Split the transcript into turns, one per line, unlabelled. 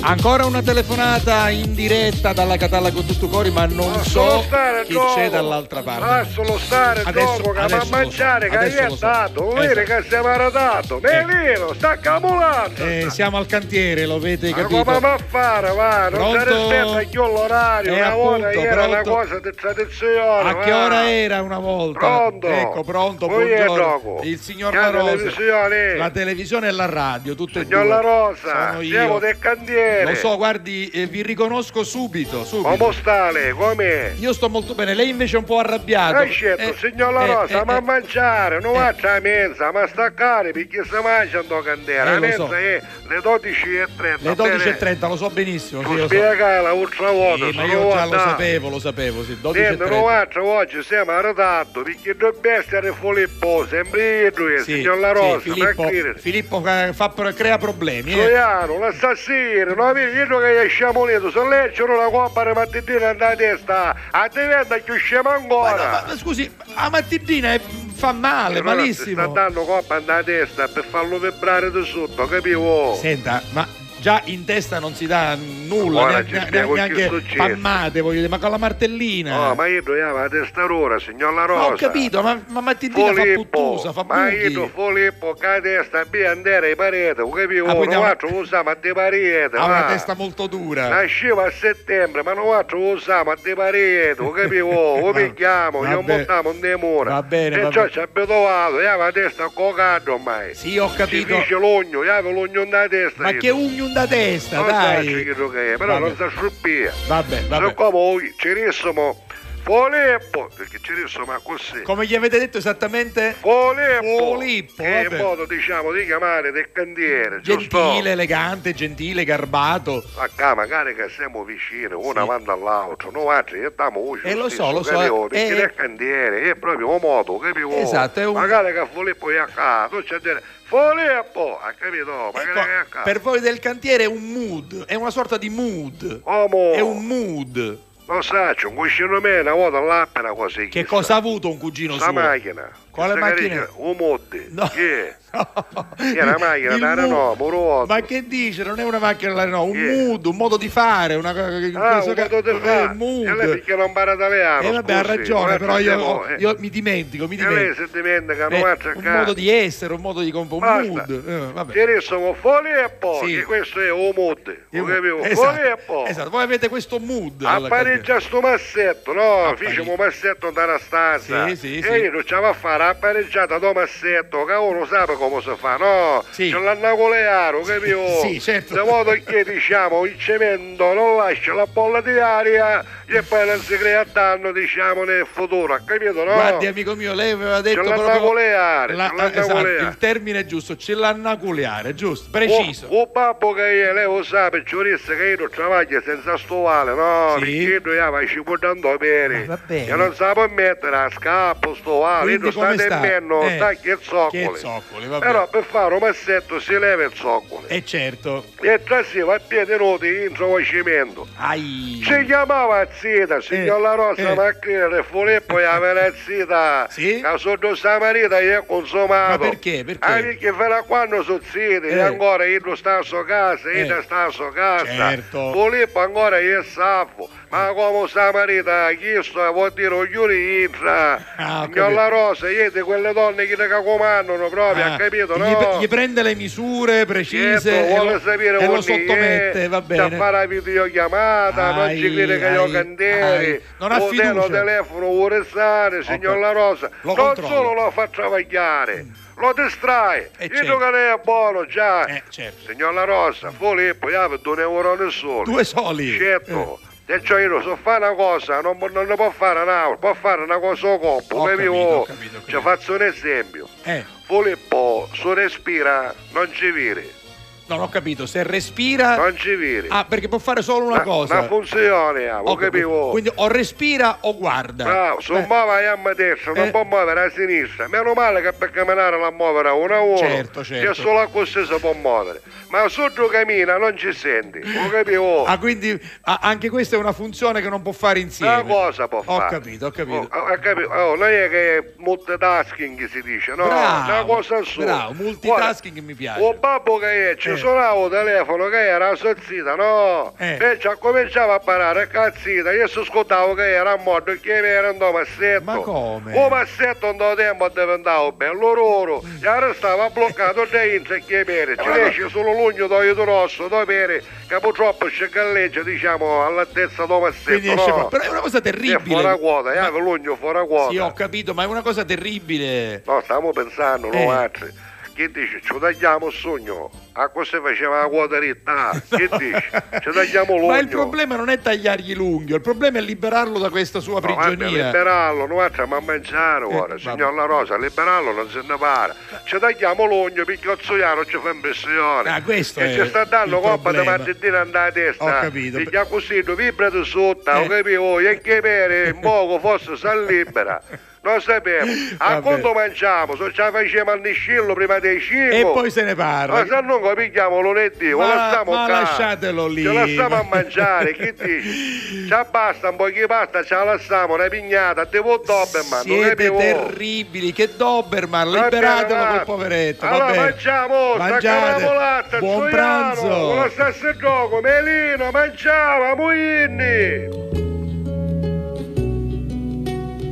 Ancora una telefonata in diretta dalla Catalla con tutto cori, ma non so
solo stare
chi
dopo.
c'è dall'altra parte.
Lascialo stare
Adesso-
dopo, che va
adesso
a
lo
mangiare,
so,
che
adesso
gli è
lo so.
dato. Vuoi dire
Ecco.
che siamo arredato? Ma è
Ecco.
vero, sta camolando.
Eh, siamo al cantiere, lo avete
Ma Ah, come
capito?
va a fare, va? Non si
Pronto?
rispetta più l'orario,
Eh,
una volta
appunto,
era una
pronto.
cosa di tradizione.
A che
va?
ora era una volta?
Eh. Pronto?
Ecco, pronto,
Voi è
buongiorno.
gioco.
Il signor
Chi ha
La
la
Rosa.
televisione?
La televisione e la radio, tutte e
Signor
due.
La Rosa,
Sono
siamo
io.
del cantiere.
Lo so, guardi, eh, vi riconosco subito, subito.
Come stale, com'è?
Io sto molto bene, lei invece è un po' arrabbiato.
Hai scelto,
Eh,
certo, signor La
eh,
Rosa,
eh,
ma a
eh.
mangiare, non
eh.
va a mensa, ma a staccare perché si mangia in candela.
Eh,
la
lo
mensa
so.
è le 12.30.
Le 12.30, lo so benissimo. Sì, lo so.
Spiegala l'ultima volta,
Sì, Eh, ma
se
io
non
già lo
andare.
sapevo, lo sapevo, sì.
Niente,
12.30.
Novaccio, oggi siamo a ritardo perché dovrebbe essere Filippo, sempre lui,
Sì,
signor La
sì,
Rosa,
Filippo,
ma che
Filippo, eh, fa pro- crea problemi. eh.
Troiano, l'assassino, no, vedi, io che è sciamo lì, se leggero la coppa di mattina nella testa, a te veda che scemo
Ma,
ancora.
no, ma- ma scusi, a mattina fa male,
Eh, Allora,
malissimo.
ti Sta dando coppa nella testa per farlo vibrare di sotto, capivo?
Senta, ma già in testa non si dà nulla,
Ora ci
neanche,
spiego
neanche-
che è
neanche
successo.
pammate, voglio dire, ma con la martellina.
No, Oh, ma io troviamo la testa rora, signor La Rosa.
Ma eh. ho capito, ma, ma mattina fa puttusa, fa
ma io
buchi.
do Filippo che la testa via andare ai pareti, ho capito?
Ah,
non
quindi ha una-
faccio usare ma di parete,
Ha una
va.
testa molto dura.
Nasceva a settembre, ma non faccio usare ma di parete, ho capito? Lo
Va-
pigliamo,
va
glielo
bene.
montiamo in demora.
Va bene, va
E ciò
bene.
ci ha abituato, io avevo la testa cocando ormai.
Sì, ho
Si
capito.
dice l'ogno, io avevo l'ogno nella testa.
Ma
io.
che ugno da testa,
Non so
dai.
chi lo che è, però
Vabbè.
non si sciuppia.
Vabbè,
Se
vabbè.
come voi ci rissimo Folippo, perché ci rissimo così.
Come gli avete detto esattamente?
Folippo,
Folippo,
che è
vabbè.
un modo diciamo di chiamare del candiere,
Gentile,
giusto?
elegante, gentile, garbato.
Ma qua magari che siamo vicini, uno
Sì.
avanti all'altro, noi altri che diamo voce.
Eh,
lo
lo so,
stesso,
lo so,
capivo?
eh,
Perché
eh.
del candiere è proprio un modo, capivo?
Esatto, è un-
Magari che Folippo è a casa, tu c'è a dire Folippo, ha capito? Magari
Ecco,
che è a casa.
per voi del cantiere è un mood, è una sorta di mood.
Uomo,
È un mood.
Oh, lo sa, c'è un cuscino me, una volta all'appena così.
Che
chissà.
cosa ha avuto un cugino
La
suo?
macchina.
Quale
Questa "Oh,
macchina?
carica, Un motte.
No.
Che?
Che
è una macchina da Renault, Moroto.
Ma che dice? Non è una macchina da Renault, un
Che è?
mood, un modo di fare, una cosa che in
Ah,
questo
un
ca-
modo di
è
fare.
un
E lei
mood.
perché non parla italiano?
E vabbè, ha
scusi?
ragione,
Guarda,
però io,
eh,
io mi dimentico, mi
E lei
dimentico.
si dimentica, non
Eh,
faccia
un
caso.
modo di essere, un modo di comporre, un
Basta.
mood. eh, vabbè.
Ieri sono fuori e poi,
Sì.
che questo è Oh, un motte.
Io-
Lo capivo?
esatto,
Fuori e poi.
esatto, voi avete questo mood. alla
Appareggia sto massetto, no?
Apparecchia.
Facciamo un massetto nella stanza.
Sì, sì,
e
sì.
io non ce la va a fare appareggiata do massetto, che uno sa come si fa, no?
Sì.
Ce l'hanno con le aro, capito?
Sì, certo.
De modo che diciamo il cemento non lascia la bolla di aria e poi non si crea danno, diciamo, nel futuro, ha capito, no?
Guardi, amico mio, lei aveva detto proprio
l'annaculeare,
La-
ce l'hanno
esatto,
con le are.
il termine è giusto, ce l'annaculeare, giusto, preciso.
O, o babbo che è, lei lo sa, per giurista che io non travaglio senza stovale, no?
Sì.
Perché io io ma ci può dando bene.
Ma va bene.
Io non sapevo mettere a scappo stovale, io
Quindi
non sta
come sta?
nemmeno,
Eh,
sta che zoccoli.
che zoccoli, va
Però
bene.
per fare un massetto si leva il zoccolo.
E certo.
E tra si va a piedi nudi in trovacimento.
Ai.
Ci chiamava Zita, signor La Rosa
eh.
Macchina del Filippo e aveva Zita,
Sì?
che sotto sta marita e è consumato.
Ma perché? Perché?
Ah, perché fino a quando sono Zita,
Eh.
io ancora io non sta a sua casa,
Eh.
io non sta a sua casa.
Certo.
Filippo ancora io è salvo, ma come sta marita ha chiesto, vuol dire ognuno entra.
Ah, ho
signor
capito.
La Rosa, io di quelle donne che ne comandano proprio, ha
Ah,
capito,
gli,
no?
gli prende le misure precise
Certo,
e
vuole
lo-
sapere
e lo
ogni-
sottomette,
eh,
va
Da
bene.
fare la videochiamata, non ci
Ai,
crede che io
ai,
cantieri.
ai. Non ha
Poteno
fiducia.
telefono, vuole stare, signor
Ok.
La Rosa.
Lo
non
controllo.
solo lo fa travagliare, lo distrae.
Eh,
il
certo.
giocatore è buono già.
Eh, certo.
Signor La Rosa, ah, Filippo, io per due euro nessuno.
Due Eh. soli.
Certo. E cioè io so fare una cosa, non, non ne può fare un'altra, può fare una cosa o coppa,
Ho
capito?
capito, ho capito, ho
Cioè,
capito.
faccio un esempio.
Eh, eh,
Filippo, se respira, non ci vire.
non ho capito, se respira
Non ci vire.
Ah, perché può fare solo una cosa.
Una funzione, ah,
Ho
lo capivo.
Quindi o respira o guarda.
Bravo, se
Eh,
muove a destra, non
Eh.
può muovere a sinistra. Meno male che per camminare la muovere a una a uno.
Certo, certo.
Che solo a questo si può muovere. Ma sotto cammina non ci senti, lo capivo.
Ah, quindi ah, anche questa è una funzione che non può fare insieme.
Una cosa può
ho
fare.
capito, ho capito.
Oh, ho capito. Oh, non è che è multitasking si dice, no?
Bravo,
una cosa sola.
bravo, multitasking mi piace.
O babbo che è, ci ci suonava il telefono che era sozzita, no?
Eh.
E ci cominciava a parlare, cazzita, io si ascoltavo che era morto, che era un massetto.
Ma come?
Un massetto in due tempo diventava bello roro, e ora stava bloccato da inza e che pere. Ci esce solo l'ugno d'olio rosso, due pere, che purtroppo ci galleggia, diciamo, all'altezza del
Quindi
massetto,
esce
no?
fuori. Però è una cosa
È fuori
terribile.
quota,
Ma-
è l'ugno fuori quota.
Sì, ho capito, ma è una cosa terribile.
No, stiamo pensando,
Eh.
noi altri. Che dice? Ci tagliamo il sogno. A questo faceva la quota ritta. Ah, Che dici? Ci tagliamo l'ugno.
Ma il problema non è tagliargli l'unghio, il problema è liberarlo da questa sua
No, guarda,
prigionia.
liberarlo, noi stiamo a mangiare
Eh,
ora,
vabbè.
signor La Rosa, liberarlo non se ne pare. Ci tagliamo l'ugno perché il zoiano ci fa impressione.
Ah, questo
e
è
ci sta dando
il
coppa di
problema.
martedina andare a testa.
Ho capito.
Perché ha così, tu vibra tu sotto,
Eh.
ho capito? Oh, E che pere, in poco forse sa libera. Non sappiamo. A
Vabbè.
quando mangiamo, se ce la facciamo al niscillo prima dei cibo.
E poi se ne
Ma se
parla.
non capiamo lunedì, lo
Ma-
lasciamo
ma
qua.
lasciatelo lì.
Ce la stiamo a mangiare, che dici? Ci basta un po' di pasta, ce la lasciamo, una pignata, devo dobbe, ma non
Siete
capivo.
terribili, che Doberman, liberatelo quel poveretto.
Allora
vabbè.
mangiamo, stacca
Mangiate.
la volata,
Buon pranzo.
Con lo stesso gioco, melino, mangiamo, muinni.